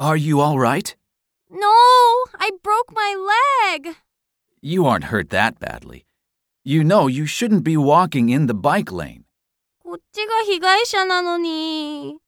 Are you all right? No, I broke my leg. You aren't hurt that badly. You know you shouldn't be walking in the bike lane. こっちが被害者なのに。